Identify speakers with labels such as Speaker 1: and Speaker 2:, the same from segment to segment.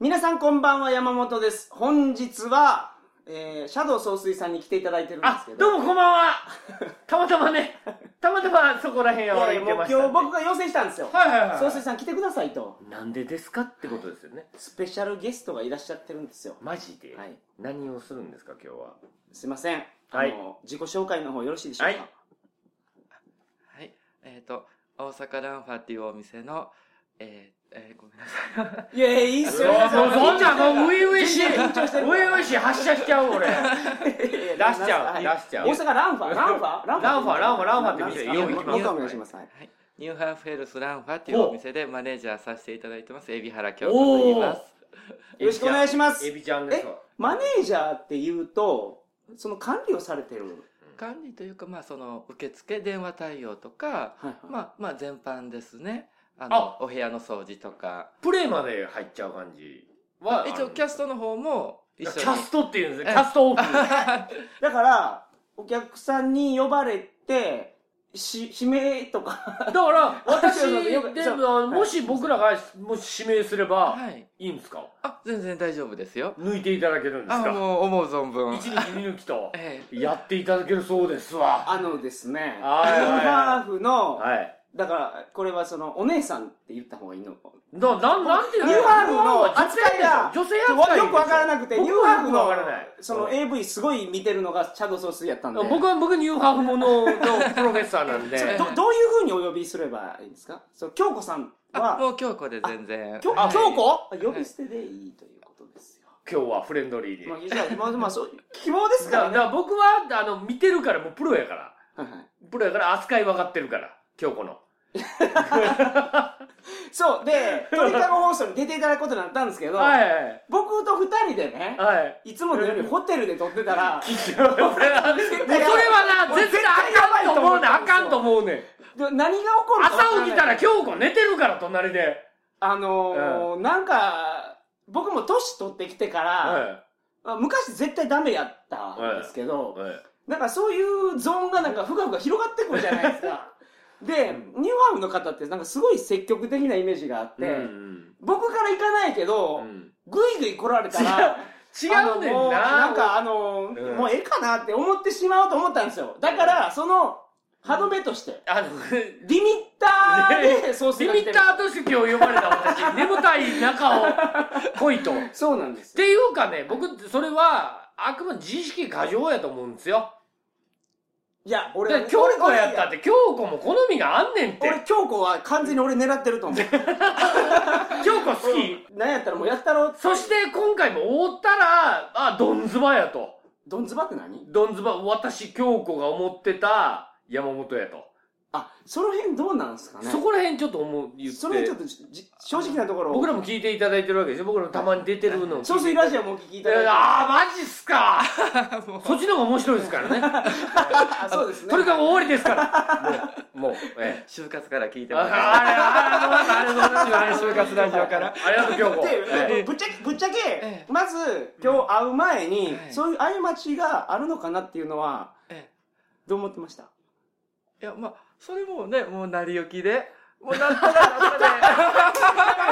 Speaker 1: 皆さんこんばんは、山本です。本日は、えー、シャドウ総帥さんに来ていただいてるんで
Speaker 2: あ
Speaker 1: すけ、ど。
Speaker 2: どうもこんばんは。たまたま ね、たまたまそこら辺
Speaker 1: い
Speaker 2: を
Speaker 1: やい
Speaker 2: 歩
Speaker 1: や
Speaker 2: い
Speaker 1: も
Speaker 2: て
Speaker 1: う今日
Speaker 2: ましたんで。
Speaker 1: 僕が要請したんですよ。
Speaker 2: はいはいはい。
Speaker 1: 総帥さん来てくださいと。
Speaker 2: なんでですかってことですよね。
Speaker 1: スペシャルゲストがいらっしゃってるんですよ。
Speaker 2: マジで。
Speaker 1: はい
Speaker 2: 何をするんですか今日は。
Speaker 1: すいません。
Speaker 2: はい
Speaker 1: あの、自己紹介の方よろしいでしょうか。
Speaker 2: はい
Speaker 3: はい、えっ、と、大阪ランファっていうお店の、えーえーごめんなさい。
Speaker 1: い、やいや、いいっすよ。い
Speaker 2: もう
Speaker 1: いっすよ
Speaker 2: そんなんもう初々しい。
Speaker 1: 緊張してる
Speaker 2: 初々しい発射しちゃう俺。
Speaker 1: 出
Speaker 2: 出しちゃう出しちゃう
Speaker 1: 大阪ランファランファ
Speaker 2: ランファランファランファって店
Speaker 1: ラン
Speaker 3: よく行きます
Speaker 1: もう一回お願いしますはい
Speaker 3: はい、ニューハーフェルスランファっていうお店でマネージャーさせていただいてます、海老原京子と言います。
Speaker 1: よろしくお願いします
Speaker 2: エビちゃんですわ。
Speaker 1: マネージャーっていうとその管理をされてる
Speaker 3: 管理というか、まあ、その、受付、電話対応とか、
Speaker 1: はいはい
Speaker 3: まあ、まあ、全般ですね。あの、お部屋の掃除とか。
Speaker 2: プレイまで入っちゃう感じは。
Speaker 3: 一応、キャストの方も一緒に。
Speaker 2: キャストっていうんですね。
Speaker 3: え
Speaker 2: キャストオープン。
Speaker 1: だからお客さんに呼ばれてし指名とか
Speaker 2: だから、私
Speaker 1: そうそうよく
Speaker 2: で
Speaker 1: そう
Speaker 2: も、もし僕らが、もし指名すれば、
Speaker 3: はい。
Speaker 2: いいんですか
Speaker 3: あ、全然大丈夫ですよ。
Speaker 2: 抜いていただけるんです
Speaker 3: あ、
Speaker 2: か
Speaker 3: もう、思う存分
Speaker 2: 一。日見抜き と、
Speaker 3: ええ
Speaker 2: やっていただけるそうですわ。
Speaker 1: あのですね
Speaker 2: はいはいはい
Speaker 1: ハーフの
Speaker 2: はい。
Speaker 1: だからこれはそのお姉さんって言った方がいいの
Speaker 2: な、なん、なんていう
Speaker 1: ニューハーフの
Speaker 2: 女性
Speaker 1: 扱いが
Speaker 2: 女性
Speaker 1: よく
Speaker 2: 扱い。
Speaker 1: わからなくてニューハーフ
Speaker 2: 僕も
Speaker 1: の
Speaker 2: よくわからない
Speaker 1: その AV すごい見てるのがチャドソースやったんで
Speaker 2: 僕は、僕ニューハーフもののプロフェッサ ーなんで。
Speaker 3: え
Speaker 1: どどういうふうにお呼びすればいいんですかそう京子さん
Speaker 3: あ、
Speaker 1: は
Speaker 3: もう京子で全然。
Speaker 1: 京
Speaker 2: あ
Speaker 1: 京子呼び捨てでいいということですよ、
Speaker 2: 今日はフレンドリーに。
Speaker 1: ま
Speaker 2: だか
Speaker 1: あじゃあまあまあそう希望ですかららね
Speaker 2: だから僕は、あの、見てるから、もうプロやから。
Speaker 1: はいはい
Speaker 2: プロやから扱い分かってるから、京子の。
Speaker 1: そうで鳥かご放送に出ていただくことになったんですけど、
Speaker 2: はいはい
Speaker 1: 僕と二人でね
Speaker 2: はい。はい。
Speaker 1: いつものようにホテルで撮ってた ら
Speaker 2: それはな、
Speaker 1: 俺
Speaker 2: 絶対あかんと思うねん。あかんと思うねん。
Speaker 1: で何が起こるか分から
Speaker 2: 朝
Speaker 1: ない
Speaker 2: 起きたら京子寝てるから、隣で。
Speaker 1: あのーなんか僕も年取ってきてから、
Speaker 2: は
Speaker 1: まあ昔絶対ダメやったんですけど、
Speaker 2: い。はい。
Speaker 1: なんかそういうゾーンがなんかふかふか広がってくるじゃないです か。で、ニューハーフの方ってなんかすごい積極的なイメージがあって、
Speaker 2: うん
Speaker 1: 僕から行かないけど、
Speaker 2: うん
Speaker 1: ぐいぐい来られたら、
Speaker 2: 違
Speaker 1: あ
Speaker 2: う
Speaker 1: の
Speaker 2: ねん
Speaker 1: もう
Speaker 2: な。
Speaker 1: んかあの、
Speaker 2: うん
Speaker 1: もうええかなって思ってしまおうと思ったんですよ。だから、その、歯止めとして、
Speaker 2: あの、
Speaker 1: リミッターでソース
Speaker 2: リ
Speaker 1: が
Speaker 2: ミ
Speaker 1: 来
Speaker 2: ッ
Speaker 1: てる
Speaker 2: ターとして今日呼ばれた 私、眠たい中を来いと。っ
Speaker 1: そうなんですよ。
Speaker 2: ていうかね、僕、それは、あくまで自意識過剰やと思うんですよ。
Speaker 1: いや、俺は
Speaker 2: で
Speaker 1: ね、
Speaker 2: 京子やったって、京子も好みがあんねんって。
Speaker 1: 俺、京子は完全に俺狙ってると思う。
Speaker 2: 京子好き。
Speaker 1: なんやったらもうやったろって
Speaker 2: そして、今回も追ったら、あ、ドンズバやと。
Speaker 1: ドンズバって何
Speaker 2: ドンズバ、私、京子が思ってた山本やと。
Speaker 1: あ、その辺どうなんですかね
Speaker 2: そこら辺ちょっと思う、言って。
Speaker 1: それちょっとじじ正直なところ
Speaker 2: 僕らも聞いていただいてるわけでしょ僕らもたまに出てるのを
Speaker 1: ソースイラジオもお聞きいただいて
Speaker 2: ああマジっすか
Speaker 3: もう
Speaker 2: そっちの方が面白いですからね
Speaker 1: あそうですね
Speaker 2: とにかく終わりですからもうもうええ
Speaker 3: 就活から聞いて
Speaker 2: あ
Speaker 3: ます。
Speaker 2: あありがとうございますありがとうございます
Speaker 3: 就活ラジオから。
Speaker 2: ありがとう京子
Speaker 1: で
Speaker 2: え
Speaker 1: ぶっちゃけぶっちゃけ
Speaker 3: ええ
Speaker 1: まず今日会う前に
Speaker 3: はい
Speaker 1: そういう過ちがあるのかなっていうのは
Speaker 3: え
Speaker 1: どう思ってました
Speaker 3: えいや、まあ、それもね、もう成り行きで。もうなったらなった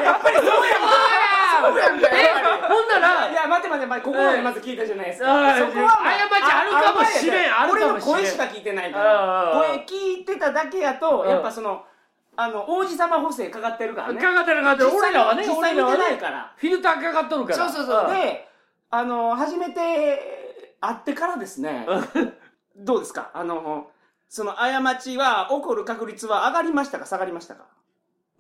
Speaker 3: で。
Speaker 1: やっぱりそう
Speaker 2: あ
Speaker 1: やんか
Speaker 2: えほんなら
Speaker 1: いや待って待って待ってここまでまず聞いたじゃないです
Speaker 2: は
Speaker 1: か
Speaker 2: い
Speaker 1: そこはま
Speaker 2: 過ちあるかもしれん
Speaker 1: あ
Speaker 2: ある
Speaker 1: 俺
Speaker 2: か
Speaker 1: の
Speaker 2: もしれん
Speaker 1: 声しか聞いてないか
Speaker 2: ああああ
Speaker 1: ら声聞いてただけやと
Speaker 2: うん
Speaker 1: やっぱそのあの王子様補正かかってるからね
Speaker 2: かかってるかかってる俺らはね
Speaker 1: 実際見
Speaker 2: 俺
Speaker 1: て
Speaker 2: らは
Speaker 1: ない
Speaker 2: ね
Speaker 1: から
Speaker 2: フィルターかかっとるから
Speaker 1: そうそうそう。
Speaker 2: ん
Speaker 1: で、あの、初めて会ってからですね、どうですかあの、その過ちは、起こる確率は上がりましたか下がりましたか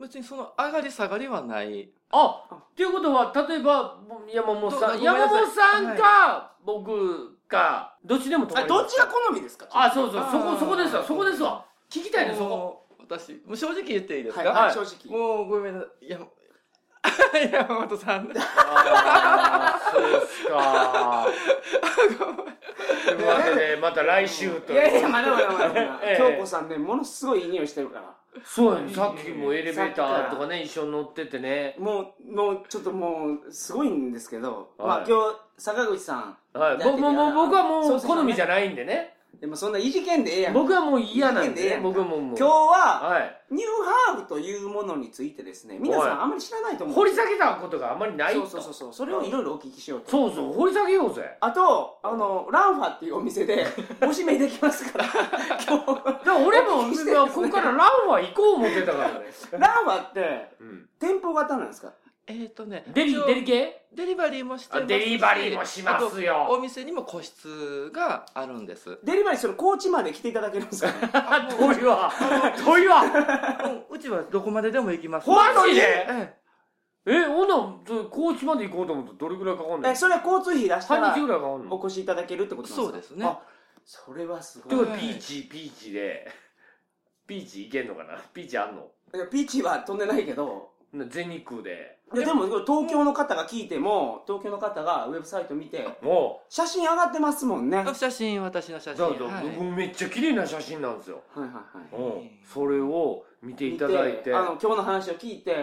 Speaker 3: 別にその上がり下がりはない。
Speaker 2: あっていうことは例えば山本さ
Speaker 3: ど
Speaker 2: ん
Speaker 3: ごめんなさ
Speaker 2: 山
Speaker 3: い
Speaker 2: 本さんか僕かどっちでも止ま
Speaker 1: あ
Speaker 2: ります
Speaker 1: どっちが好みですか
Speaker 2: あ、そうそう、
Speaker 3: あー
Speaker 2: そこ、そこですわ、そこですわ。聞きたいね、そこ。
Speaker 3: もう私、もう正直言っていいです
Speaker 1: はい、
Speaker 3: か、
Speaker 1: はい
Speaker 2: はい
Speaker 1: 正直。
Speaker 3: もうごめんなさい。いや、 山本 さん。
Speaker 2: あーそうですか。またね、また来週と
Speaker 1: い。やいや、まだまだまだまだ
Speaker 2: ええ
Speaker 1: 京子さんね、ものすごいいい匂いしてるから。
Speaker 2: そうやね、さっきもエレベーターとかね、一緒に乗っててね。
Speaker 1: もう、もう、ちょっともう、すごいんですけど、
Speaker 2: はい
Speaker 1: まあ今日、坂口さん。
Speaker 2: はい、僕も、もう僕はもう、好みじゃないんでね。
Speaker 1: でもそんないじけんでええやん。今
Speaker 2: 僕はもう嫌なん
Speaker 1: いい
Speaker 2: で
Speaker 1: ね
Speaker 2: ね僕はもうもう
Speaker 1: 日は、
Speaker 2: はい
Speaker 1: ニューハーフというものについてですね、皆さ
Speaker 2: は
Speaker 1: ん
Speaker 2: い
Speaker 1: あまり知らないと思う。
Speaker 2: 掘り下げたことがあんまりない
Speaker 1: そ
Speaker 2: と
Speaker 1: うそうそうそう。それをいろいろお聞きしようと。
Speaker 2: そうそう掘り下げよう ぜ
Speaker 1: あと、あの、ランファっていうお店 で、おしめできますから、今
Speaker 2: だから俺も
Speaker 1: お聞きして
Speaker 2: いや
Speaker 1: ですね
Speaker 2: ここからランは行こう思ってたからね、
Speaker 1: 日、ランファって、
Speaker 2: うん
Speaker 1: 店舗型なんですか
Speaker 3: えっ、とね
Speaker 2: デリ
Speaker 3: 一応
Speaker 2: デリ系
Speaker 3: デリバリーもしてます
Speaker 2: あデリバリーもします
Speaker 3: あと
Speaker 2: よ
Speaker 3: お店にも個室がある んです
Speaker 1: デリバリー、その、高知まで来ていただけるんですか
Speaker 3: あもう
Speaker 2: 遠いわ遠いわ
Speaker 3: うんうちはどこまででも行きます
Speaker 2: マジ
Speaker 3: え
Speaker 2: で
Speaker 3: え
Speaker 2: えほんなんそれ高知まで行こうと思ったらどれぐらいかかんの
Speaker 1: え、それは交通費出した
Speaker 2: 半
Speaker 1: ら
Speaker 2: 日、ぐらいかかんの
Speaker 1: お越しいただけるってことなんですか
Speaker 3: そうですね
Speaker 1: あ、それはす
Speaker 2: で
Speaker 1: ご
Speaker 2: も
Speaker 1: い。
Speaker 3: はい
Speaker 2: ピーチピーチで ピーチ行けんのかなピーチあんの
Speaker 1: いやピーチは飛んでないけど、
Speaker 2: な全日空で
Speaker 1: いやでも東京の方が聞いても東京の方がウェブサイト見て
Speaker 2: も
Speaker 1: 写真上がってますもんねはい
Speaker 3: あ写真私の写
Speaker 2: う
Speaker 3: 真
Speaker 2: だから、
Speaker 3: はい
Speaker 2: 僕めっちゃ綺麗な写真なんですよ、
Speaker 1: はいはい
Speaker 2: うん、それを見ていただいて
Speaker 1: 見あの今日の話を聞いて
Speaker 2: う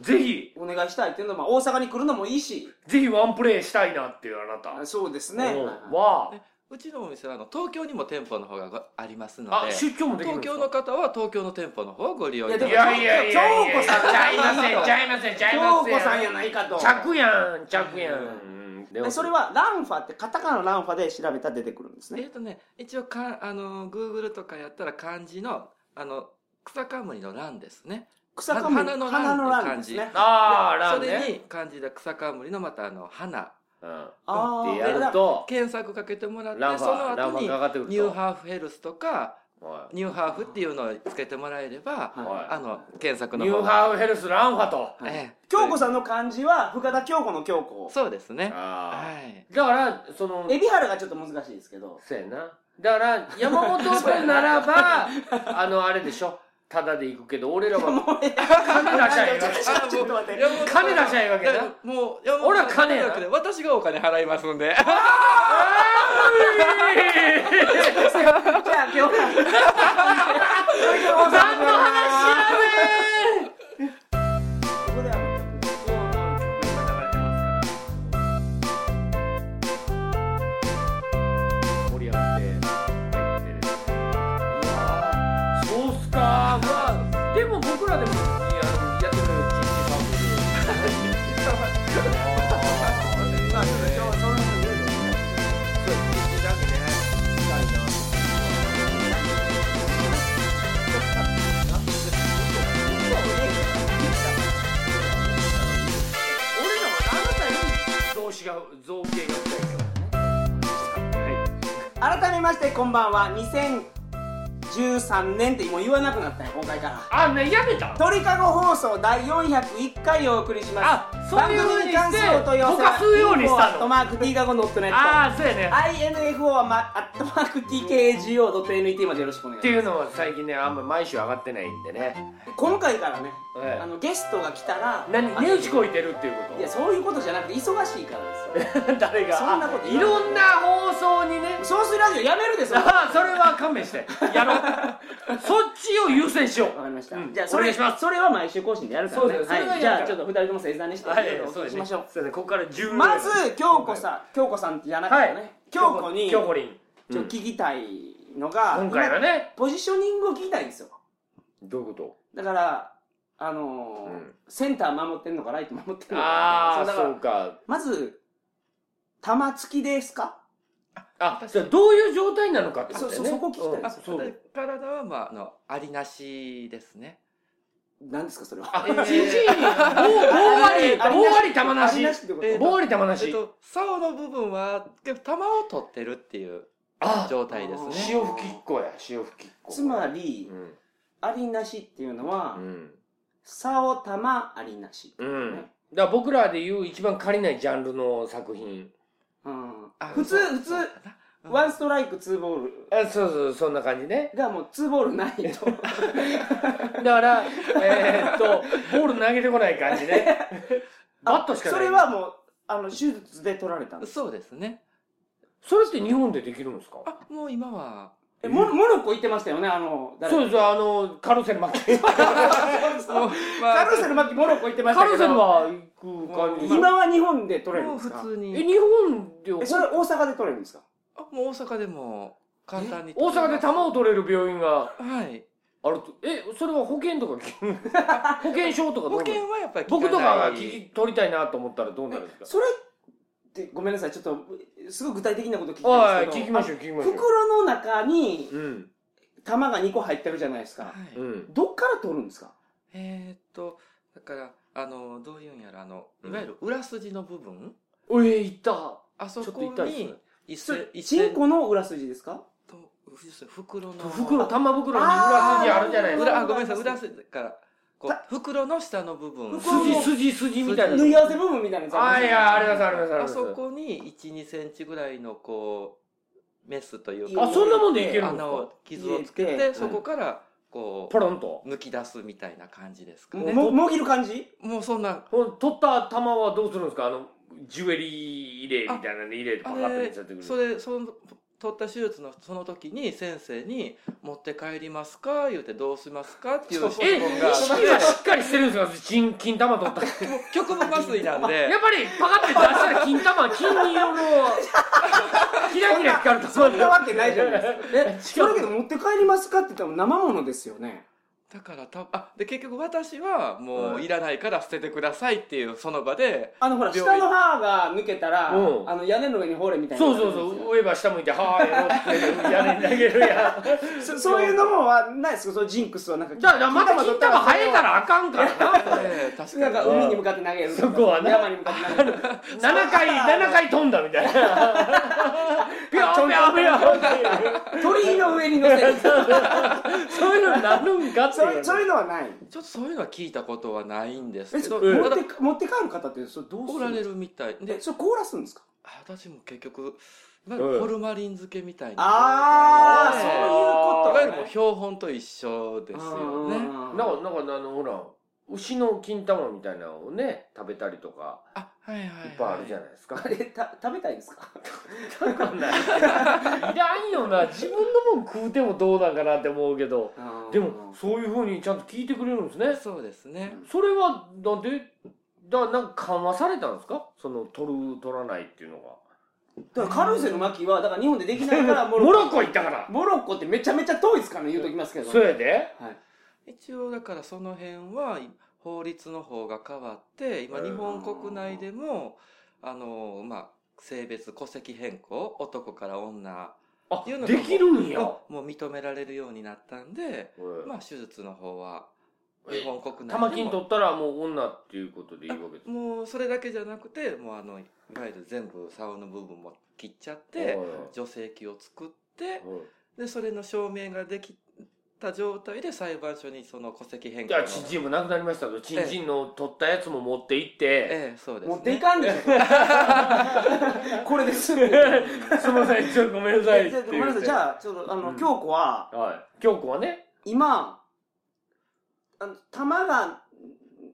Speaker 2: ん、ぜひ
Speaker 1: お願いしたいっていうのはまあ大阪に来るのもいいし
Speaker 2: ぜひワンプレーしたいなっていうあなた
Speaker 1: あそうですね
Speaker 2: うん
Speaker 1: は
Speaker 2: は
Speaker 3: でうちのお店はあの東京にも店舗の方がごありますの
Speaker 2: あ
Speaker 3: で
Speaker 2: 出張もできるん
Speaker 3: 東
Speaker 2: です
Speaker 3: 京
Speaker 2: か
Speaker 3: の方は東京の店舗の方をご利用いただ
Speaker 1: い
Speaker 2: い
Speaker 3: いて
Speaker 2: やいやいやいや
Speaker 1: 京子さん
Speaker 2: ちゃいませんちゃいませんちゃ
Speaker 1: い
Speaker 2: いま
Speaker 1: 京
Speaker 2: せん
Speaker 1: 子さんやないかと
Speaker 2: 着やん着やん、うんで
Speaker 1: でそれはランファってカタカナのランファで調べたら出てくるんです
Speaker 3: え
Speaker 1: ね
Speaker 3: っとね一応かあの Google とかやったら漢字のあの草冠の欄ですね
Speaker 1: 草かむ
Speaker 3: 花のラン
Speaker 1: ランですね
Speaker 3: って
Speaker 2: ああラ
Speaker 3: そ
Speaker 2: ンね
Speaker 3: れに漢字で草冠のまたあの花
Speaker 2: うん
Speaker 1: あー
Speaker 2: ってやると
Speaker 3: 検索かけてもらっ
Speaker 2: ラン
Speaker 3: て
Speaker 2: フ
Speaker 3: そ
Speaker 2: ァ
Speaker 3: の
Speaker 2: ランフ
Speaker 3: 後
Speaker 2: ァ
Speaker 3: に
Speaker 2: かかってくると
Speaker 3: ニューハーフヘルスとか
Speaker 2: はい
Speaker 3: ニューハーフっていうのをつけてもらえれば
Speaker 1: はい
Speaker 2: はい
Speaker 3: あの検索の
Speaker 2: ニ
Speaker 3: 方
Speaker 2: ューハーフヘルスランファと
Speaker 1: はい
Speaker 3: ええ
Speaker 1: 京子さんの漢字は深田京子の京子
Speaker 3: そうですね
Speaker 2: あ
Speaker 3: はい
Speaker 2: ーだからその
Speaker 1: 海老原がちょっと難しいですけど
Speaker 2: そうやなだから山本君ならばあのあれでしょタダで行くけど俺らは
Speaker 1: もうええ
Speaker 2: 金出しゃいいわけ
Speaker 1: ちょっと待って
Speaker 2: 金出しゃいいわけな
Speaker 3: もう山
Speaker 2: 俺は金やな
Speaker 3: 本私がお金払いますんで
Speaker 1: じゃあ今日は
Speaker 2: 何の 話やねん
Speaker 1: ここではもう
Speaker 2: 盛り上がって入 ってるうわーそうっすかまあでも僕らでもいややってるよチッチサブル
Speaker 1: まあちょっと今日はその辺で
Speaker 2: 俺らはあなたより造詞が造形が深いからね
Speaker 1: 改めましてこんばんは2013年ってもう言わなくなったよ今回から
Speaker 2: あねやめた
Speaker 1: 鳥かご放送第401回をお送りします
Speaker 2: あそういう風にして
Speaker 1: 番組関するお問い合わせは
Speaker 2: ぼかすようにしたの
Speaker 1: info@ マーク t かご .net
Speaker 2: ああそうやね
Speaker 1: info はまアットマーク tkago.net までよろしくお願いし
Speaker 2: っ
Speaker 1: てま
Speaker 2: いうのは最近ねあんま毎週上がってないんでね
Speaker 1: す今回からね
Speaker 2: はい
Speaker 1: あのゲストが来たら
Speaker 2: 何
Speaker 1: あの
Speaker 2: 値打ちこいてるっていう
Speaker 1: いや
Speaker 2: こ
Speaker 1: そういうことじゃなくて忙しいからですよ
Speaker 2: と誰が
Speaker 1: そんなこと
Speaker 2: あい
Speaker 1: 言わない
Speaker 2: ろんな放送にね
Speaker 1: ソースラジオやめるですよわ
Speaker 2: ああそれは勘弁してやろうそっちを優先しよう
Speaker 1: かりました、
Speaker 2: うん
Speaker 1: じゃあそ
Speaker 2: お願
Speaker 1: れ
Speaker 2: いします
Speaker 1: それは毎週更新でやるからね
Speaker 2: そうですそれ
Speaker 1: は、
Speaker 2: は
Speaker 1: じ
Speaker 2: いやるから
Speaker 1: ゃあちょっと二人とも正座にして、
Speaker 2: はい
Speaker 1: お
Speaker 2: そう
Speaker 1: 聞きし
Speaker 2: ですね
Speaker 1: ましょう
Speaker 2: そうですねここから10
Speaker 1: まず京子さん京子さんじゃなくてね、
Speaker 2: はい
Speaker 1: 京子にち
Speaker 2: 京
Speaker 1: ょ
Speaker 2: 子りん
Speaker 1: っと聞きたいのが、
Speaker 2: 今回はね
Speaker 1: 今ポジショニングを聞きたいんですよ
Speaker 2: どういうこ
Speaker 1: だからあのー
Speaker 2: うん
Speaker 1: センター守ってんのかライト守ってんのか
Speaker 2: あ
Speaker 1: そ
Speaker 2: あ
Speaker 1: うだから
Speaker 2: そうか
Speaker 1: まず玉突きですか
Speaker 2: あじゃあどういう状態なのかってことだよね
Speaker 1: そうそうそこ聞きたい
Speaker 2: うん
Speaker 1: で
Speaker 2: あ
Speaker 1: すよ
Speaker 2: そう
Speaker 3: 体はまああのありなしですね
Speaker 1: 何ですかそれは
Speaker 2: あ
Speaker 3: えー
Speaker 2: じじい棒あり
Speaker 1: ありなし
Speaker 2: 棒あり玉な
Speaker 1: あ
Speaker 2: し
Speaker 1: りなしってこと、
Speaker 3: えー
Speaker 2: 棒あり玉な
Speaker 3: えっ
Speaker 2: し
Speaker 3: と竿の部分はでも玉を取ってるっていう
Speaker 2: あ
Speaker 3: 状態です
Speaker 1: あ
Speaker 3: ね
Speaker 2: 潮吹きっ子や潮吹きっ子
Speaker 1: つまり、
Speaker 2: うん
Speaker 1: ありなしっていうのは、
Speaker 2: うん
Speaker 1: 竿玉ありなし、
Speaker 2: うん
Speaker 1: ね
Speaker 2: だから僕らで言う一番借りないジャンルの作品
Speaker 1: うん
Speaker 3: あ、
Speaker 1: 普通
Speaker 3: そう
Speaker 1: 普通
Speaker 3: そうかなうん
Speaker 1: ワンストライクツーボール
Speaker 2: あそうそうそんな感じね
Speaker 1: がもうツーボールないと
Speaker 2: だ からえーっとボール投げてこない感じねバットしかない
Speaker 1: それはもうあの手術で取られたんです
Speaker 3: そうですね
Speaker 2: それって日本でできるんですか
Speaker 3: あもう今は
Speaker 1: えモロモロッコ行ってましたよねあの誰
Speaker 2: そうですあのカルセル負け
Speaker 3: もう、ま
Speaker 1: カ
Speaker 3: あ、
Speaker 1: ルセル巻きモロッコ行ってまし
Speaker 2: カ
Speaker 1: たけ
Speaker 2: ル
Speaker 1: ど
Speaker 2: セルは行く感じ
Speaker 1: 今は日本で取れるん
Speaker 3: もう
Speaker 1: です
Speaker 3: 普
Speaker 1: か
Speaker 3: 通
Speaker 2: え
Speaker 3: に
Speaker 2: 日本で
Speaker 1: えそれ大阪で取れるんですか
Speaker 3: あもう大阪でも簡単に
Speaker 2: 大阪で
Speaker 3: た
Speaker 2: 玉を取れる病院が
Speaker 3: はい
Speaker 2: あるとえそれは保険とか 保険証とかどう
Speaker 3: 保
Speaker 2: なる
Speaker 3: 険はやっぱり
Speaker 2: 僕とかが
Speaker 3: 聞
Speaker 2: 聞き取りたいなと思ったらどうなるんですか
Speaker 1: それってごめんなさいちょっとすごい具体的なこと聞きた
Speaker 2: はいい
Speaker 1: んです
Speaker 2: 聞
Speaker 1: け
Speaker 2: き
Speaker 1: ど
Speaker 2: ましょう聞きましょう
Speaker 1: 袋の中に
Speaker 2: うん
Speaker 1: 玉が2個入ってるじゃないです
Speaker 3: かな
Speaker 1: か
Speaker 3: い、はい
Speaker 2: うん
Speaker 1: どっから取るんですか
Speaker 3: えーっとだからあのどういうんやらあのいわゆる裏筋の部分、
Speaker 2: おえ行った
Speaker 3: あそ
Speaker 2: ちょっと
Speaker 3: こ
Speaker 2: 痛いですね
Speaker 3: に一
Speaker 1: それ
Speaker 3: 線一
Speaker 1: チン
Speaker 3: 線
Speaker 1: コの裏筋ですか
Speaker 3: と袋の
Speaker 2: 袋玉袋に裏筋あるじゃないですか
Speaker 3: 裏あごめんなさい裏筋からこう袋の下の部分
Speaker 1: 袋
Speaker 2: 筋筋筋みたいな
Speaker 1: 縫い合わせ部分みたいなやつ
Speaker 2: あいやありますありますあり
Speaker 3: あ
Speaker 2: ます
Speaker 3: そこに12センチぐらいのこうメスという
Speaker 2: あ
Speaker 3: か
Speaker 2: そんなもんでいける
Speaker 3: あ
Speaker 2: んですか
Speaker 3: の傷をつけ
Speaker 1: 入れ
Speaker 3: て
Speaker 1: て
Speaker 3: そこからこ
Speaker 2: ポロンと
Speaker 3: う抜き出すみたいな感じですかね
Speaker 1: ももぎる感じ
Speaker 3: もうそんな
Speaker 2: ほん取った玉はどうするんですかあのジュエリー入れみたいなのに入れてパカ
Speaker 3: あ
Speaker 2: ッて
Speaker 3: れ
Speaker 2: 見せてくる
Speaker 3: それその取った手術のその時に先生に「持って帰りますか?」言うて「どうしますか?」っていう質
Speaker 2: え
Speaker 3: 問が
Speaker 2: 意識はしっかりしてるんですか金金玉取ったや
Speaker 3: もう局部麻酔なんで
Speaker 2: っぱりパカッて出したら金玉金色のキラキラ光ると
Speaker 1: そんなわけないじゃない
Speaker 2: で
Speaker 1: それだけど持って帰りますかって言ったら生ものですよね
Speaker 3: だからたあで結局私はも
Speaker 2: は
Speaker 3: う
Speaker 2: い
Speaker 3: いらないから捨ててくださいっていうその場で
Speaker 1: あのほら
Speaker 3: 病
Speaker 1: 下
Speaker 3: 院
Speaker 1: の歯が抜けたら
Speaker 2: うん
Speaker 1: あの屋根の上に掘れみたいな
Speaker 2: そうそうそう上ば下向いて「はーい」って屋根に投げるやん
Speaker 1: そそういうのもはないですかそのジンクスはなんか
Speaker 2: だからまた金玉生えたらあかんからな
Speaker 3: ええ確
Speaker 1: な
Speaker 3: か
Speaker 1: ん
Speaker 3: に
Speaker 1: か海に向かって投げるとか
Speaker 2: そこはね
Speaker 1: 山に向かって投げるとか
Speaker 2: 7回7回飛んだみたいな ピョーピョーピョーっていう
Speaker 1: 鳥居の上に乗せ る
Speaker 2: そういうのになるんかって
Speaker 1: そう
Speaker 2: い
Speaker 1: いううそういうのはない
Speaker 3: ちょっとそういうのは聞いたことはないんです
Speaker 1: え
Speaker 3: け
Speaker 1: そ
Speaker 3: ど
Speaker 1: 持
Speaker 3: た
Speaker 1: っ
Speaker 3: だ
Speaker 1: て持って帰る方ってそれどうす
Speaker 3: お
Speaker 1: る
Speaker 3: ら
Speaker 1: ん
Speaker 3: れ
Speaker 1: です
Speaker 3: るみたい
Speaker 1: か
Speaker 3: で
Speaker 1: えそれ凍らすんですか
Speaker 3: あ私も結局まあ
Speaker 2: うん
Speaker 3: ホルマリン漬けみたいな
Speaker 1: あ
Speaker 2: ー
Speaker 3: ええ
Speaker 1: そういうことね
Speaker 3: いわゆるもう標本と一緒ですよね
Speaker 2: なんかなんかあのほら牛の金玉みたいなのをね食べたりとか
Speaker 3: あはいはいは
Speaker 2: い
Speaker 3: い
Speaker 2: っぱいあるじゃないですか。
Speaker 1: あれた食べたいですか
Speaker 2: いらんよな自分のもん食うてもどうなんかなって思うけどでもそういうふうにちゃんと聞いてくれるんですね
Speaker 3: そうですね
Speaker 2: それはなんでだなんか緩和されたんですかその取る取らないっていうのが
Speaker 1: だからカルーセの巻はだから日本でできないからモ
Speaker 2: モロッコ
Speaker 1: モロ
Speaker 2: 行ったから
Speaker 1: ッコってめちゃめちゃ遠いですからね言うときますけど
Speaker 2: そうやで
Speaker 3: 一応だからその辺はい法律の方が変わって今
Speaker 2: うん
Speaker 3: 日本国内でもあのまあ性別戸籍変更男から女
Speaker 2: あ
Speaker 3: いうのが
Speaker 2: できるんや
Speaker 3: もう認められるようになったんで、まあ、手術の方は
Speaker 2: え
Speaker 3: 日本国内で
Speaker 2: 玉金
Speaker 3: も
Speaker 2: 取ったらもう女っていうことでいいわけです
Speaker 3: もうそれだけじゃなくてもうあのいわゆる全部竿の部分も切っちゃって女性器を作って
Speaker 2: はいはい
Speaker 3: でそれの証明ができた状態で裁判所にその戸籍変
Speaker 2: じ
Speaker 3: 更
Speaker 2: ゃ
Speaker 3: の
Speaker 2: あチンチンもなくなりましたけどチンチンの取ったやつも持って行って、
Speaker 3: ええそうです、ね、
Speaker 1: 持っていかんでしょ これですぐ
Speaker 2: すみませんちょっとごめんな
Speaker 1: じゃ
Speaker 2: さ
Speaker 1: あ
Speaker 2: いって言って
Speaker 1: ごめんなさいじゃあちょっとあの、
Speaker 2: うん
Speaker 1: 京子は
Speaker 2: はい京子はね
Speaker 1: 今あの玉が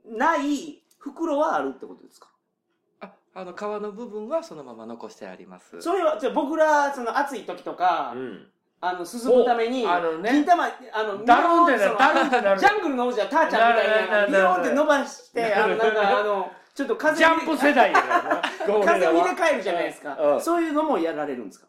Speaker 1: ない袋はあるってことですか
Speaker 3: ああの皮の部分はそのまま残してあります
Speaker 1: それはじゃあ僕らその暑い時とか、
Speaker 2: ん
Speaker 1: あの進むために
Speaker 2: おあのね
Speaker 1: 金玉あの
Speaker 2: ダルンって
Speaker 1: ビヨーそ
Speaker 2: なる
Speaker 1: の
Speaker 2: ダルンってなる
Speaker 1: ジャングルの王者ターちゃんみたい
Speaker 2: な
Speaker 1: な
Speaker 2: る
Speaker 1: ビ
Speaker 2: な
Speaker 1: ヨ
Speaker 2: る
Speaker 1: ー
Speaker 2: なる
Speaker 1: ンって伸ばしてあのなんかあのちょっと風
Speaker 2: ジャンプ世 代やな
Speaker 1: 風を入れ替えるじゃないですか、
Speaker 2: うん
Speaker 1: そういうのもやられるんですか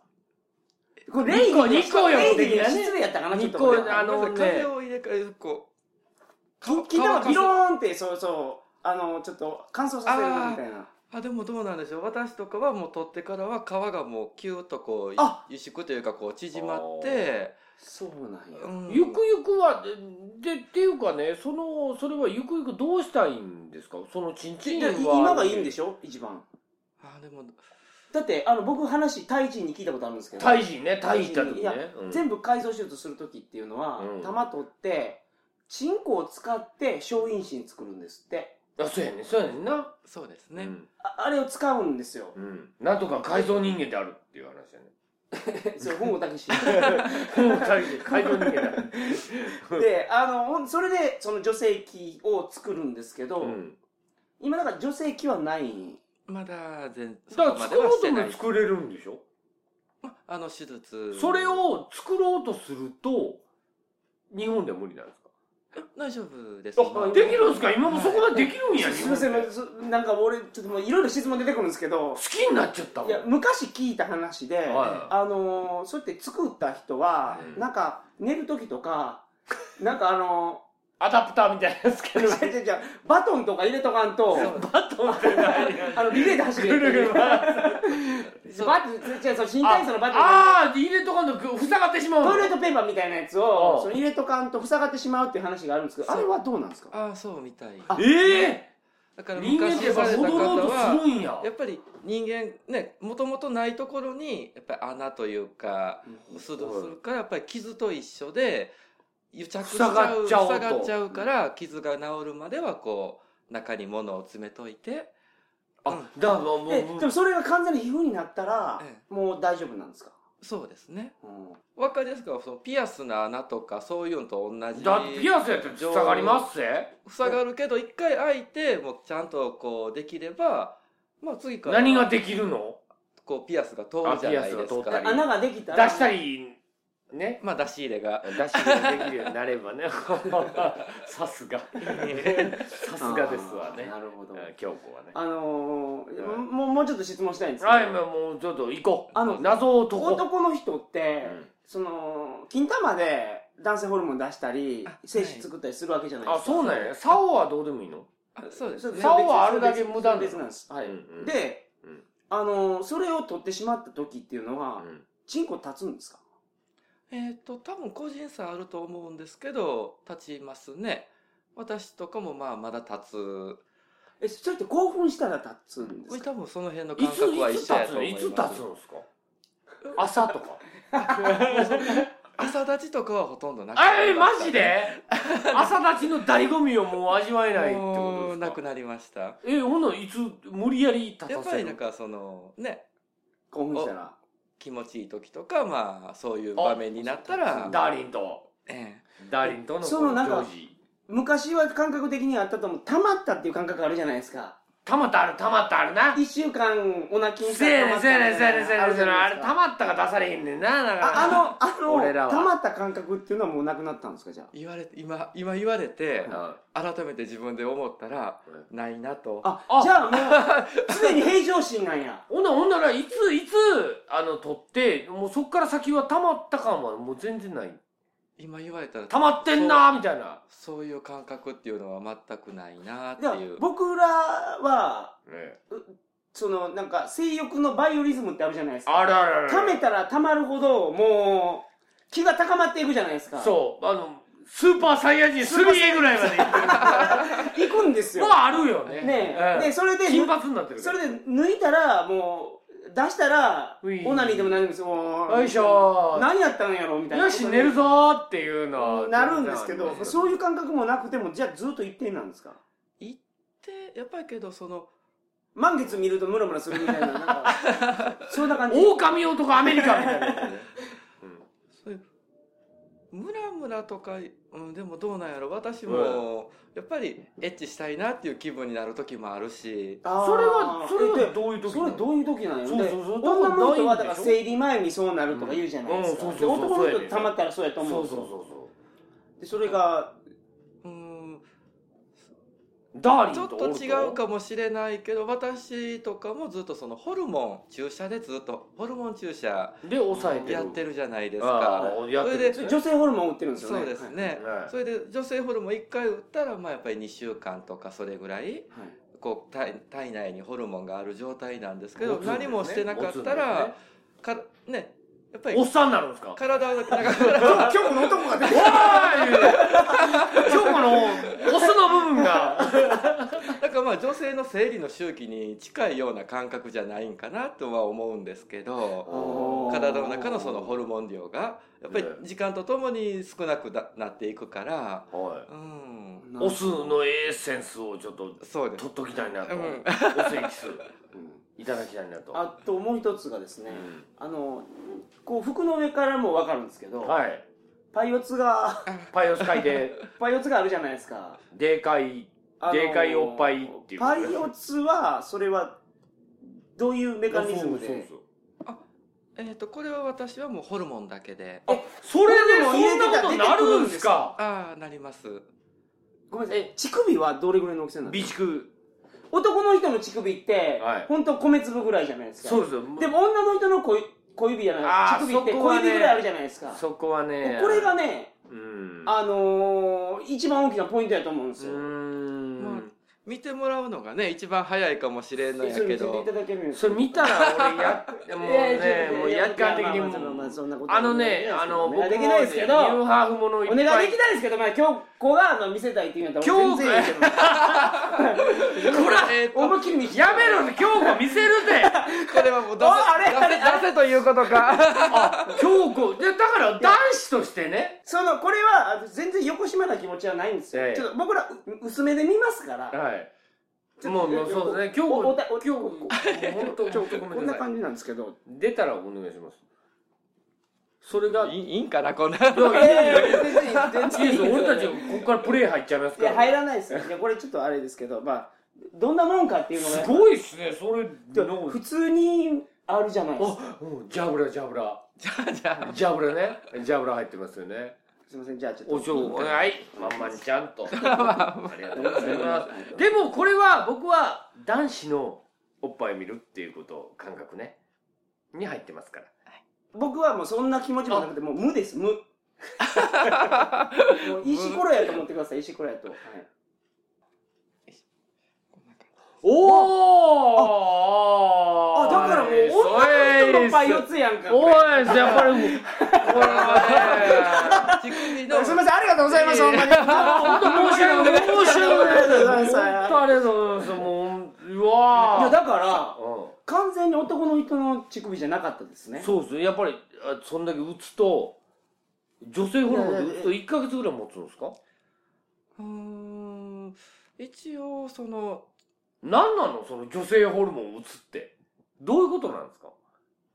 Speaker 1: これ礼儀
Speaker 2: 日光
Speaker 1: 礼
Speaker 2: 浴
Speaker 1: 儀
Speaker 2: 的
Speaker 1: に
Speaker 2: なね
Speaker 1: 失礼やったかなちょっと
Speaker 2: 日光
Speaker 1: 俺は
Speaker 2: あのね
Speaker 3: 風を入れ替えるこう
Speaker 1: 金
Speaker 3: か
Speaker 1: 金玉
Speaker 3: 乾かす
Speaker 1: ビローンってそうそうあのちょっと乾燥させるみたいな
Speaker 3: あでもどうなんでしょう私とかはもう取ってからは皮がもうキューッとこう
Speaker 1: あ
Speaker 3: 萎縮というかこう縮まって、
Speaker 1: そうなんや、
Speaker 3: うん
Speaker 2: ゆくゆくはででっていうかねそのそれはゆくゆくどうしたいんですかそのチンチンは
Speaker 1: で今がいいんでしょ一番
Speaker 3: あでも
Speaker 1: だってあの僕話タイ人に聞いたことあるんですけど
Speaker 2: タイ人ねタイ行った時
Speaker 1: い
Speaker 2: ね
Speaker 1: や
Speaker 2: うん
Speaker 1: 全部改造手術する時っていうのは、
Speaker 2: うん
Speaker 1: 玉取ってチンコを使って小陰唇作るんですって
Speaker 2: あそうやねそうやねんな
Speaker 3: そうですね、
Speaker 2: うん
Speaker 1: ああれを使うんです よ
Speaker 2: うんなんとか改造人間であるっていう話やね
Speaker 1: それ本郷武史
Speaker 2: もう改造改造人間だ
Speaker 1: であのほんそれでその女性器を作るんですけど、
Speaker 2: うん
Speaker 1: 今だから女性器はない
Speaker 3: まだ全そ
Speaker 2: だ
Speaker 3: こ
Speaker 2: から作
Speaker 3: までは
Speaker 2: ろ
Speaker 3: し
Speaker 2: うと
Speaker 3: てない
Speaker 2: も
Speaker 3: です
Speaker 2: 作れるんでしょ
Speaker 3: まあの手術
Speaker 2: それを作ろうとすると日本では無理なんですか
Speaker 3: 大丈夫です
Speaker 2: あできるんですか今もそこまでできるんや、
Speaker 1: すみません
Speaker 2: 日本って
Speaker 1: すなんか俺ちょっともういろいろ質問出てくるんですけど
Speaker 2: 好きになっちゃったもん
Speaker 1: いや昔聞いた話で、
Speaker 2: は
Speaker 1: あのーそうやって作った人は、
Speaker 2: はい
Speaker 1: なんか寝る時とかなんかあの
Speaker 2: アダプターみたいなやつ け
Speaker 1: ー
Speaker 2: ど
Speaker 1: 違う違う違うバトンとか入れとかんと
Speaker 2: バトンって
Speaker 1: あのリレーで走る
Speaker 2: ぐるぐる回す
Speaker 3: そう
Speaker 1: バッ違うその新体操のバトン
Speaker 2: ああー入れとかんと塞がってしまうの
Speaker 1: トイレットペーパーみたいなやつ
Speaker 2: あ
Speaker 1: を
Speaker 2: あ
Speaker 1: その入れとかんと塞がってしまうっていう話があるんですけど
Speaker 3: そ
Speaker 1: あ
Speaker 3: う
Speaker 1: れはどうなんですか
Speaker 3: ああそうみたい
Speaker 1: あ
Speaker 2: ええ
Speaker 3: だから
Speaker 2: 人間っ
Speaker 3: 昔
Speaker 2: てやっ
Speaker 3: さ
Speaker 2: ぱ
Speaker 3: れた
Speaker 2: 戻
Speaker 3: 方
Speaker 2: ろうとす
Speaker 3: は
Speaker 2: るんや
Speaker 3: やっぱり人間ねもともとないところにやっぱり穴というかするするからやっぱり傷と一緒で癒着しちゃ
Speaker 2: 塞が
Speaker 3: う
Speaker 2: っちゃおうと
Speaker 3: 塞がっちゃうから傷が治るまではこう中に物を詰めといて
Speaker 2: あだからもう
Speaker 1: えでもそれが完全に皮膚になったら、
Speaker 3: え
Speaker 1: もう大丈夫なんですか、
Speaker 3: そうですね
Speaker 1: うん
Speaker 3: わかりやすくはそのピアスの穴とかそういうのと同じ
Speaker 2: だってピアスやったら塞がりますぜ
Speaker 3: 塞がるけど一回開いてもうちゃんとこうできればまあ次から
Speaker 2: 何ができるの
Speaker 3: こうピアスが通るじゃないです
Speaker 2: あピアスが通った
Speaker 3: か
Speaker 2: り
Speaker 1: 穴ができ
Speaker 2: 出
Speaker 1: たら
Speaker 2: したりね
Speaker 3: まあ出し入れが
Speaker 2: 出しができるようになればね さすがさすがですわ
Speaker 1: あー
Speaker 2: ね
Speaker 1: なるほど
Speaker 2: 京子はね
Speaker 1: あのー
Speaker 2: はい
Speaker 1: もうもうちょっと質問したいんですけど、
Speaker 2: はいもうもうちょっと行こう
Speaker 1: あの
Speaker 2: 謎を解こう
Speaker 1: 男の人って、
Speaker 2: うん
Speaker 1: その金玉で男性ホルモン出したり
Speaker 3: あ
Speaker 1: 精子作ったりするわけじゃないで
Speaker 2: あ
Speaker 1: すか、
Speaker 2: そうなんや竿はどうでもいいの
Speaker 3: あそうです
Speaker 1: そ
Speaker 3: ね
Speaker 1: う
Speaker 2: 竿はあるだけ無駄なの
Speaker 1: 別なんです、はい
Speaker 2: うんうん
Speaker 1: で、
Speaker 2: うん
Speaker 1: あのーそれを取ってしまった時っていうのは、
Speaker 2: う
Speaker 1: チンコ立つんですか
Speaker 3: えっ、と多分個人差あると思うんですけど立ちますね私とかもまあまだ立
Speaker 1: えそれって興奮したら立つんです
Speaker 3: つ
Speaker 1: か
Speaker 3: 多分その辺の
Speaker 2: んい
Speaker 3: 感
Speaker 2: つ
Speaker 3: 覚はい
Speaker 2: つ
Speaker 3: 一
Speaker 2: 立つ
Speaker 3: 緒やと
Speaker 2: の
Speaker 3: 思い
Speaker 2: い
Speaker 3: ま
Speaker 2: つ
Speaker 3: す
Speaker 2: 立つんですか朝とか
Speaker 3: 朝立ちとかはほとんどなくな
Speaker 2: え
Speaker 3: り
Speaker 2: ー
Speaker 3: ま
Speaker 2: マ
Speaker 3: した
Speaker 2: ジで朝立ちの醍醐味をもう味わえないってこと
Speaker 3: も
Speaker 2: で
Speaker 3: う
Speaker 2: す
Speaker 3: な
Speaker 2: か
Speaker 3: くなりました
Speaker 2: えほんならいつ無理やり立たせる
Speaker 3: やっぱりなんかそのね
Speaker 1: 興奮したら
Speaker 3: 気持ちいい時とかまあそういう場面になったら
Speaker 2: ダーリンと
Speaker 3: え
Speaker 2: ダーリンとの
Speaker 1: そのなんか
Speaker 2: こジョージ
Speaker 1: 昔は感覚的にはあったと思うたまったっていう感覚あるじゃないですか
Speaker 2: たまったあるたまったあるな
Speaker 1: 一週間おなき
Speaker 2: せ
Speaker 1: に
Speaker 2: や
Speaker 1: したら
Speaker 2: ねんせやねんせやねんせやねんせやねんあれた
Speaker 1: ま
Speaker 2: まったが出されへんねんなだから
Speaker 1: ああの
Speaker 2: 俺
Speaker 1: あ
Speaker 2: ら
Speaker 1: の
Speaker 2: は
Speaker 1: たまった感覚っていうのはもうなくなったんですかじゃあ
Speaker 3: え言われ今今言われて
Speaker 2: あ
Speaker 3: 改めて自分で思ったらないなと
Speaker 1: あ
Speaker 2: あ
Speaker 1: じゃあもう常に平常心なんや
Speaker 2: ほんならほんならいついつあの取ってもうそっから先はたまった感はもう全然ない
Speaker 3: 今言われたら
Speaker 2: たまってんなみたいな
Speaker 3: そういう感覚っていうのは全くないなって
Speaker 1: だから
Speaker 3: いう
Speaker 1: 僕らは
Speaker 2: ね
Speaker 1: そのなんか性欲のバイオリズムってあるじゃないですか
Speaker 2: あらららら
Speaker 1: 溜めたら溜まるほどもう気が高まっていくじゃないですか
Speaker 2: そうあのスーパーサイヤ人3A ぐらいまでいってる
Speaker 1: 行くんですよ
Speaker 2: まああるよね
Speaker 1: ね
Speaker 2: うん
Speaker 1: えでそれで
Speaker 2: 金髪になってる
Speaker 1: それで抜いたらもう出したら
Speaker 2: うい
Speaker 1: オナニーでも何でもいいですよもう
Speaker 2: よいしょ
Speaker 1: 何やったんやろみたい
Speaker 2: ー
Speaker 1: な
Speaker 2: よし寝るぞーっていうのは
Speaker 1: なるんですけど
Speaker 2: 全然ありますよ
Speaker 1: そういう感覚もなくてもじゃあずっと一定なんですか
Speaker 3: 言ってやっぱりけどその
Speaker 1: 満月見るとムラムラするみたいななん かそんな感じ
Speaker 2: 狼男アメリカみたいな、
Speaker 3: そういうムラムラとか、うん、でもどうなんやろ私もやっぱりエッチしたいなっていう気分になる時もあるし
Speaker 1: あー
Speaker 2: それはそれ
Speaker 1: で
Speaker 2: はどういう時
Speaker 1: それどういう時なんや
Speaker 2: そう
Speaker 1: で
Speaker 2: そうそう
Speaker 1: 女の人は
Speaker 2: 多分ないんでしょ
Speaker 1: だから生理前にそうなるとか言うじゃないです
Speaker 2: うん
Speaker 1: か
Speaker 2: うん
Speaker 1: で
Speaker 2: そうそうそう
Speaker 1: 男
Speaker 2: そう
Speaker 1: の
Speaker 2: やねん
Speaker 1: 人たまったらそうやと思
Speaker 2: そううんそうそう
Speaker 1: う
Speaker 2: そ
Speaker 1: でそれが
Speaker 3: うん
Speaker 2: うダー
Speaker 3: ち
Speaker 2: リン
Speaker 3: ょっ
Speaker 2: と
Speaker 3: と
Speaker 2: オルト
Speaker 3: 違うかもしれないけど私とかもずっとそのホルモン注射でずっとホルモン注射
Speaker 2: で抑えてる
Speaker 3: やってるじゃないです
Speaker 2: あ
Speaker 3: か
Speaker 2: あやってるんで
Speaker 1: そ
Speaker 2: すね
Speaker 1: れ女性ホルモン打ってるんですよね
Speaker 3: そうで すね、
Speaker 2: はい
Speaker 3: それで女性ホルモン1回打ったらまあやっぱり2週間とかそれぐらい
Speaker 1: はい
Speaker 3: こう体体内にホルモンがある状態なんですけ
Speaker 2: 持
Speaker 3: ど
Speaker 2: つんですね
Speaker 3: 何もしてなかったらかねやっぱ
Speaker 2: 持つんですねおっ
Speaker 3: り
Speaker 2: さんになるんですか
Speaker 3: 体をなんか
Speaker 1: はい今日も男が出て
Speaker 2: おーい今日のオスの部分が
Speaker 3: なんかまあ女性の生理の周期に近いような感覚じゃないんかなとは思うんですけど
Speaker 1: おー
Speaker 3: 体の中のそのホルモン量がやっぱり時間とともに少なくななっていくから
Speaker 2: は
Speaker 3: うん
Speaker 2: いオスのエッセンスをちょっと
Speaker 3: そうです
Speaker 2: 取っときたいなと、
Speaker 3: う
Speaker 2: オ
Speaker 3: ん
Speaker 2: スエキス
Speaker 1: うん
Speaker 2: いただきたいなと
Speaker 1: あともう一つがです
Speaker 2: う
Speaker 1: ね、
Speaker 2: ん
Speaker 1: あのこう服の上からも分かるんですけど、
Speaker 2: はい
Speaker 1: パイオツが
Speaker 2: パイオス界で
Speaker 1: パイオツがあるじゃないですか、
Speaker 2: でかい
Speaker 1: あの
Speaker 2: でかいおっぱいっていう
Speaker 1: パイオツはそれはどういうメカニズムで
Speaker 2: そう
Speaker 3: えー、とこれは私はもうホルモンだけで
Speaker 2: そうそうそれで
Speaker 1: ホルモン
Speaker 2: そ
Speaker 1: 入れ
Speaker 2: ん
Speaker 1: てたら
Speaker 2: なこと
Speaker 1: 出て
Speaker 2: な
Speaker 1: くる
Speaker 2: る
Speaker 1: ん
Speaker 2: ん
Speaker 1: です
Speaker 2: すか
Speaker 3: ああなります
Speaker 1: ごめんなさいえ乳首はどれぐらいの大きさなんで
Speaker 2: 備
Speaker 1: すか
Speaker 2: 蓄
Speaker 1: 男の人の乳首って、
Speaker 2: はい
Speaker 1: ほんと米粒ぐらいじゃないですか
Speaker 2: そうですよ
Speaker 1: でも女の人の小小指じゃない
Speaker 2: あ
Speaker 1: 乳
Speaker 2: ー
Speaker 1: 首って
Speaker 2: そこは
Speaker 1: 小
Speaker 2: ね
Speaker 1: 指ぐらいあるじゃないですか
Speaker 2: そこはね
Speaker 1: これがね
Speaker 2: うん
Speaker 1: あのー、一番大きなポイントやと思うんですよ、
Speaker 2: うー
Speaker 3: ま
Speaker 2: ん
Speaker 3: 見てもらうのがね一番早いかもしれない
Speaker 1: それ
Speaker 3: け
Speaker 1: 見せてい
Speaker 3: ど
Speaker 1: ただけるんです
Speaker 2: そ
Speaker 1: か
Speaker 2: れ見たら俺やっもうねもうやっかん的に
Speaker 1: いやいやいやまあまあまあまあそんなことは
Speaker 2: あのねあの
Speaker 1: お
Speaker 2: 僕も
Speaker 1: 願いで
Speaker 2: ね
Speaker 1: きないですけ
Speaker 2: ニュ
Speaker 1: ど
Speaker 2: ーハーフものいっ
Speaker 1: お
Speaker 2: ぱい
Speaker 1: 願いできないですけど、まあ、今日子があの見せたいって言うんやったら
Speaker 2: 今日
Speaker 1: 全然いいけど
Speaker 3: こ れ、えー
Speaker 1: 思
Speaker 3: と
Speaker 1: いっきり見せて
Speaker 2: やめろ京子見せるぜ
Speaker 3: これはもう出せ
Speaker 1: ああれあれ
Speaker 3: 出せ出せというこ とか
Speaker 2: 京子でだから男子としてね
Speaker 1: そのこれはあの全然よこしまな気持ちはないんですよ、
Speaker 2: ええ
Speaker 1: ちょっと僕らう薄めで見ますから、
Speaker 2: はいもうもうそうですね京子
Speaker 1: おおたお
Speaker 2: 京子本当ちょっとご
Speaker 1: こ
Speaker 2: め
Speaker 1: ん
Speaker 2: ん
Speaker 1: な
Speaker 2: なさい
Speaker 1: 感じなんですけど
Speaker 2: 出たらお願いしますそれが
Speaker 3: いいいいんかなこんな
Speaker 1: え
Speaker 3: の
Speaker 1: 全
Speaker 2: いいです俺たちここからプレイ入っちゃいます
Speaker 1: い
Speaker 2: か
Speaker 1: や入
Speaker 2: ら
Speaker 1: らないですよいやこれちょっとあれですけどまあどんなもんかっていうのが
Speaker 2: すごいっすねそれ
Speaker 1: で
Speaker 2: なんか
Speaker 1: 普通にあるじゃないですか
Speaker 2: あ、うん、ジャブラジャブラ
Speaker 3: じゃあじゃあ
Speaker 2: ジャブラねジャブラ入ってますよね
Speaker 1: すいませんじゃあちょっと
Speaker 2: お嬢お願いま んまんちゃんとありがとうございますでもこれは僕は男子のおっぱい見るっていうこと感覚ねに入ってますから
Speaker 1: 僕はもうそんな気持ちもなくてもう無です無もう石ころやと思ってください石ころやと、はい
Speaker 2: お
Speaker 1: あだからもう女の人のパイ四つやんか
Speaker 2: お
Speaker 1: これ
Speaker 2: いやっぱりもうこれはね
Speaker 3: 乳首
Speaker 1: す
Speaker 3: の
Speaker 1: いませんありがとうございますほんまに
Speaker 2: 本当申し訳ない申し訳ない本当ありがとうございますもううわ
Speaker 1: い
Speaker 2: ー
Speaker 1: やだから
Speaker 2: うん
Speaker 1: 完全に男の人の乳首じゃなかったですね
Speaker 2: そうですねやっぱりあそんだけ打つと女性ホルモンで打つと1か月ぐらい持つんですか
Speaker 3: うーん一応その
Speaker 2: 何なのその女性ホルモン打つってどういうことなんですか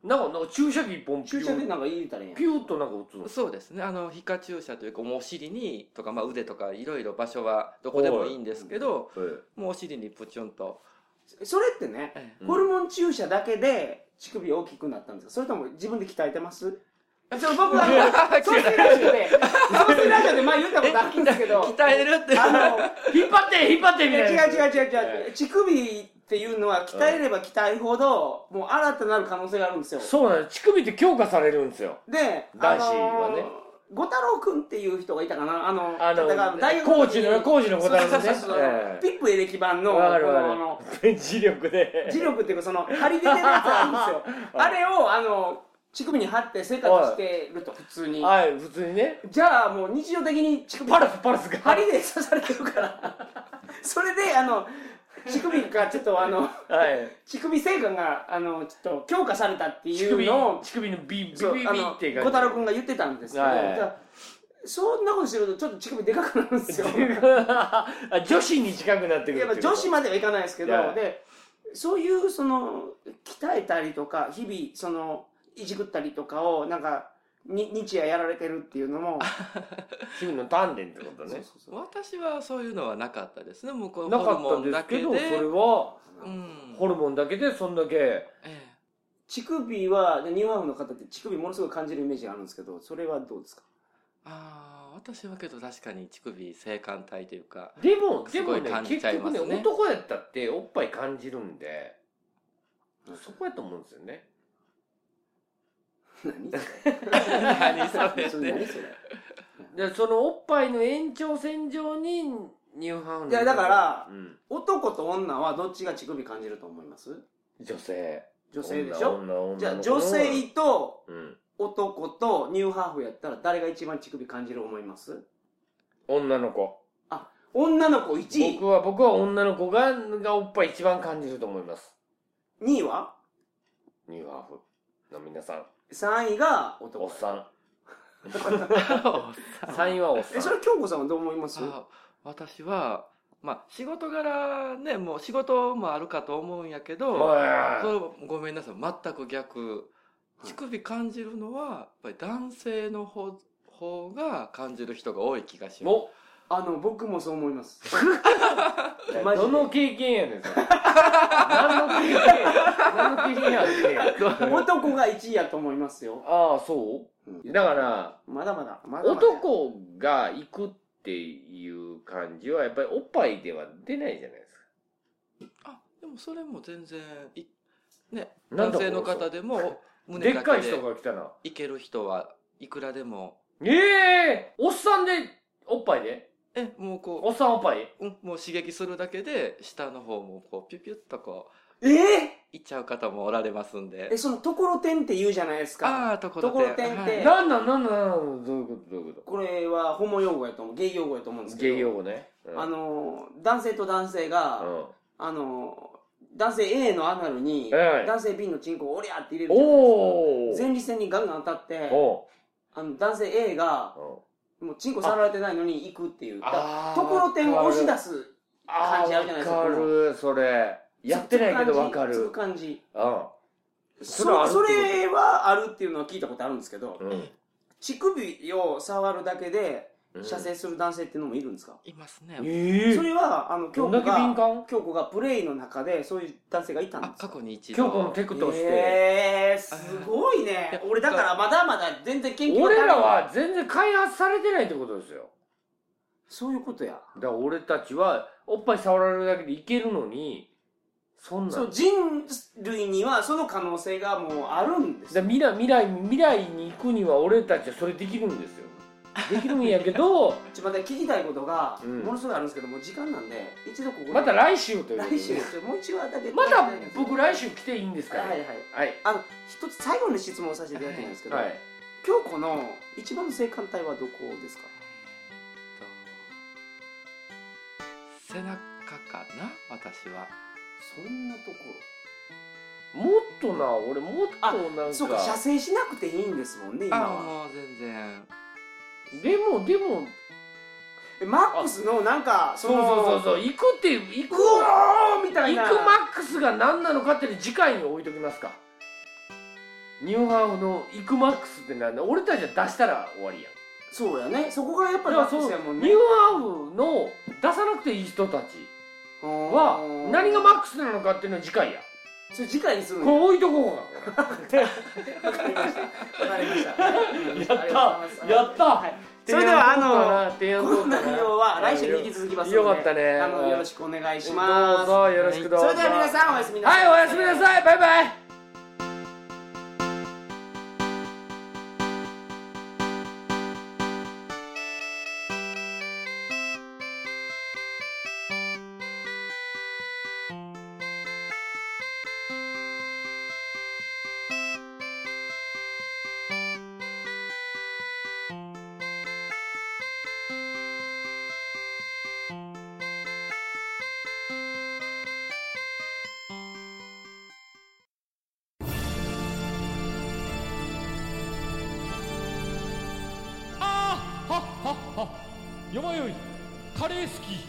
Speaker 2: なんかなんか注射器1本ピュ
Speaker 1: 注射で
Speaker 2: ー
Speaker 1: なんか入れたらいいやん
Speaker 2: ピューッとなんか打つんですか
Speaker 3: そうですねあの皮下注射というかもうお尻にとか、まあ、腕とかいろいろ場所はどこでもいいんですけど
Speaker 2: え
Speaker 3: もうお尻にプチョンと、
Speaker 1: それってね
Speaker 3: ええ
Speaker 2: うん
Speaker 1: ホルモン注射だけで乳首大きくなったんですかそれとも自分で鍛えてますちょ 僕はあの創水ラジオで創水ラジオで前言ったことあるんですけど
Speaker 3: 鍛えるって
Speaker 1: あの
Speaker 2: え引っ張って引っ張ってみ
Speaker 1: いや
Speaker 2: た
Speaker 1: 違
Speaker 2: いな
Speaker 1: う違う違う違う乳首っていうのは鍛えれば鍛えるほどもう新たなる可能性があるんですよ
Speaker 2: そうなんです乳首って強化されるんですよ
Speaker 1: で
Speaker 2: 男子はね
Speaker 1: あの五太郎くんっていう人がいたかなあの
Speaker 2: あの
Speaker 1: だから大学
Speaker 2: コー
Speaker 1: 時
Speaker 2: チ
Speaker 1: に
Speaker 2: のコーチのことあるん
Speaker 1: そう
Speaker 2: で
Speaker 1: そう
Speaker 2: す
Speaker 1: そう
Speaker 2: ね
Speaker 1: そう
Speaker 2: え
Speaker 1: ピップエレキ版
Speaker 2: え
Speaker 1: の
Speaker 2: わかる
Speaker 1: こ
Speaker 2: わ
Speaker 1: のあの
Speaker 2: かる 磁力で
Speaker 1: 磁力っていうかその張り出てるやつある んですよあれをあの乳首に貼って生活してると普通に
Speaker 2: はい普通にね
Speaker 1: じゃあもう日常的に乳首
Speaker 2: パルスパルスが
Speaker 1: 針で刺されてるからそれであの乳首がちょっとあの
Speaker 2: はい
Speaker 1: 乳首性感があのちょっと強化されたって
Speaker 2: 乳
Speaker 1: いう
Speaker 2: 首
Speaker 1: のを
Speaker 2: 乳首のビビビビ
Speaker 1: そうあの
Speaker 2: ってい
Speaker 1: 小
Speaker 2: う感じ
Speaker 1: 太郎君が言ってたんですけど、
Speaker 2: はい
Speaker 1: だからそんなことしてるとちょっと乳首でかくなるん ですよ
Speaker 2: あ 女子に近くなってくる
Speaker 1: やっぱ女子まではいかないですけど、
Speaker 2: はい
Speaker 1: でそういうその鍛えたりとか日々そのいじくったりとかをなんかに日夜やられてるっていうのも
Speaker 2: 日々の鍛錬ってことね
Speaker 3: 私はそういうのはなかったですね向こう
Speaker 2: なか
Speaker 3: ホ
Speaker 2: っ
Speaker 3: ル
Speaker 2: た
Speaker 3: モ
Speaker 2: ん
Speaker 3: ン
Speaker 2: で
Speaker 3: だ
Speaker 2: すけ
Speaker 3: けで
Speaker 2: どそれは
Speaker 3: うん
Speaker 2: ホルモンだけでそんだけ
Speaker 3: ええ
Speaker 1: 乳首はでニューハーフの方って乳首ものすごい感じるイメージがあるんですけどそれはどうですか
Speaker 3: ああ私はけど確かに乳首性感帯とい うか
Speaker 2: でもです
Speaker 3: ご
Speaker 2: も
Speaker 3: い
Speaker 2: ね
Speaker 3: 感じ
Speaker 2: 結
Speaker 3: ちゃい
Speaker 2: 局
Speaker 3: ます
Speaker 2: ね
Speaker 3: ね
Speaker 2: 男やったっておっぱい感じるんでそこやと思うんですよね
Speaker 1: 何
Speaker 3: 何それ
Speaker 1: それ
Speaker 3: って
Speaker 1: 何それ
Speaker 2: でそのおっぱいの延長線上にニューハーフの
Speaker 1: いやだから
Speaker 2: うん
Speaker 1: 男と女はどっちが乳首感じると思います
Speaker 2: 女性
Speaker 1: 女性でしょ
Speaker 2: 女女女
Speaker 1: じゃあ女性と
Speaker 2: うん
Speaker 1: 男とニューハーフやったら誰が一番乳首感じる思います
Speaker 2: 女の子
Speaker 1: 女の子1位
Speaker 2: 僕は僕は女の子ががおっぱい一番感じると思います
Speaker 1: 2位は
Speaker 2: ニューハーフの皆さん
Speaker 1: 3位が
Speaker 2: お
Speaker 1: 男
Speaker 2: っさん
Speaker 3: あ
Speaker 2: 3位はおっさ
Speaker 1: え
Speaker 2: ん
Speaker 1: それ京子さんはどう思います
Speaker 3: あ私はまあ仕事柄ねもう仕事もあるかと思うんやけど、
Speaker 2: は
Speaker 3: それごめんなさい全く逆
Speaker 1: い
Speaker 3: 乳首感じるのはやっぱり男性の方方が感じる人が多い気がし
Speaker 2: い
Speaker 3: ます
Speaker 2: も
Speaker 1: あの僕もそう思います
Speaker 2: う
Speaker 1: マジで
Speaker 2: どの経験やねんそれ何の経験何の経験やねん
Speaker 1: 男が1位やと思いますよ、
Speaker 2: ああそう
Speaker 1: うん
Speaker 2: だから
Speaker 1: まだまだまだまだ
Speaker 2: 男が行くっていういう感じは、やっぱりおっぱいでは出ないじゃないですか。
Speaker 3: あでもそれも全然いね
Speaker 2: なんだ
Speaker 3: 男性の
Speaker 2: この人
Speaker 3: 方でも胸
Speaker 2: でっ
Speaker 3: だ
Speaker 2: か
Speaker 3: け
Speaker 2: い
Speaker 3: で
Speaker 2: 人が来たら。
Speaker 3: いける人はいくらでも
Speaker 2: ええおっさんで、おっぱいで
Speaker 3: えもうこ、
Speaker 2: おっさんおっぱいう
Speaker 3: うん、もう刺激するだけで下の方もこうピュピュッとこう
Speaker 1: ええ
Speaker 3: いっちゃう方もおられますんで
Speaker 1: え、その、ところてんって言うじゃないですか。
Speaker 3: ああところてん
Speaker 1: ところてんって
Speaker 3: はい
Speaker 2: なんなんなんなんなんどういうことどういうこ
Speaker 1: これは、ホモ用語やと思う、ゲイ用語やと思うんで
Speaker 2: と
Speaker 1: すけど。
Speaker 2: 芸用語ね。うん
Speaker 1: あ、の、男性と男性が、あの、男性 A のアナルに、
Speaker 2: はい
Speaker 1: 男性 B のチンコをおりゃって入れる
Speaker 2: うん。
Speaker 1: じゃないですか
Speaker 2: おー
Speaker 1: 前立腺にガンガン当たって、
Speaker 2: お
Speaker 1: あの男性 A が、
Speaker 2: ーうん
Speaker 1: もうチンコ触られてないのに行くっていう。だから
Speaker 2: あー
Speaker 1: ところてんを押し出す。
Speaker 2: あ
Speaker 1: 感じあるじゃないですか
Speaker 2: ーわかる、それ。やってないけどわか
Speaker 1: つぶ
Speaker 2: る。
Speaker 1: 感じ。
Speaker 2: う
Speaker 1: そ
Speaker 2: それはある
Speaker 1: それはあるっていうのは聞いたことあるんですけど、
Speaker 2: ん。うん
Speaker 1: 乳首を触るだけで
Speaker 2: うん。
Speaker 1: 射精する男性っていうのもいるんですか、
Speaker 3: いますね
Speaker 2: ええ
Speaker 1: それは、あの、京
Speaker 2: どん
Speaker 1: 子
Speaker 2: だけ敏
Speaker 1: が、
Speaker 2: 感
Speaker 1: 京子がプレイの中でそういう男性がいたんで
Speaker 3: あ
Speaker 1: す
Speaker 3: 過
Speaker 1: か
Speaker 3: 去に一度
Speaker 2: 今日このテクとして。
Speaker 1: えー、すごいね
Speaker 3: あ。ー
Speaker 1: 俺だからまだまだ全然研究が足り
Speaker 2: 俺
Speaker 1: ない
Speaker 2: らは全然開発されてないってことですよ。
Speaker 1: そういうことや。
Speaker 2: だから俺たちは、おっぱい触られるだけでいけるのに、そんな。
Speaker 1: そうん人類にはその可能性がもうあるんです
Speaker 2: だから未来、未来、未来に行くには俺たちはそれできるんですよ。できるんや けど、
Speaker 1: ちょまだ聞きたいことが
Speaker 2: うん
Speaker 1: ものすごいあるんですけど、もう時間なんで一度ここで
Speaker 2: また来週ということで
Speaker 1: 来週ですよもう一話だけ
Speaker 2: また僕来週来ていいんですか
Speaker 1: はいはい
Speaker 2: はい。
Speaker 1: あの一つ最後の質問をさせていただきたいんですけど、
Speaker 2: はい。
Speaker 1: 京子の一番の性感帯はどこですか
Speaker 3: 背中かな私は
Speaker 1: そんなとこ
Speaker 2: もっとな、俺もっ
Speaker 1: あ
Speaker 2: となん
Speaker 1: ろ
Speaker 2: か。
Speaker 1: そうか射精しなくていいんですもんね今
Speaker 3: あ
Speaker 1: は
Speaker 3: もう全然
Speaker 2: でも、でも、
Speaker 1: えマックスのなんか
Speaker 2: そうそうそうそう、行くって、行く
Speaker 1: うおーみたい
Speaker 2: 行
Speaker 1: な
Speaker 2: くマックスが何なのかっていうの次回に置いときますか。ニューハーフの行くマックスってなんだ俺たちは出したら終わりやん。
Speaker 1: そうやねそこがやっぱ
Speaker 2: だ
Speaker 1: りマッ
Speaker 2: からそ
Speaker 1: ク
Speaker 2: の
Speaker 1: スやもん
Speaker 2: ニ
Speaker 1: ね
Speaker 2: ューハーフの出さなくていい人たちは
Speaker 1: は
Speaker 2: 何がマックスなのかっていうのは次回や。
Speaker 1: それ次回にするん
Speaker 2: これ
Speaker 1: や
Speaker 2: 置いとこうか。
Speaker 1: わかりましたわかりました
Speaker 2: やった
Speaker 1: ありがとうございます
Speaker 2: やった
Speaker 1: はいそれではあの
Speaker 2: の、提案
Speaker 1: こ
Speaker 2: どう
Speaker 1: の
Speaker 2: かな
Speaker 1: 内容は来週に引き続きますので
Speaker 2: よかったね
Speaker 1: あのよろしくお願いします
Speaker 2: どうぞよろしくどう
Speaker 1: そ
Speaker 2: ぞ
Speaker 1: れでは皆さんおやすみなさ
Speaker 2: はいいおやすみなさいバイバイ
Speaker 4: あーはっはっはよまよいカレー好き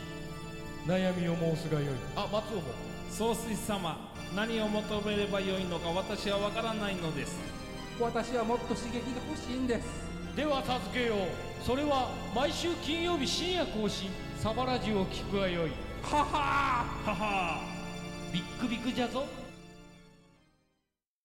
Speaker 4: 悩みを申すがよいあ松尾も
Speaker 5: 総帥様何を求めればよいのか私は分からないのです
Speaker 6: 私はもっと刺激が欲しいんです
Speaker 4: では授けようそれは毎週金曜日深夜更新サバラジュを聞くがよいははーははービックビックじゃぞ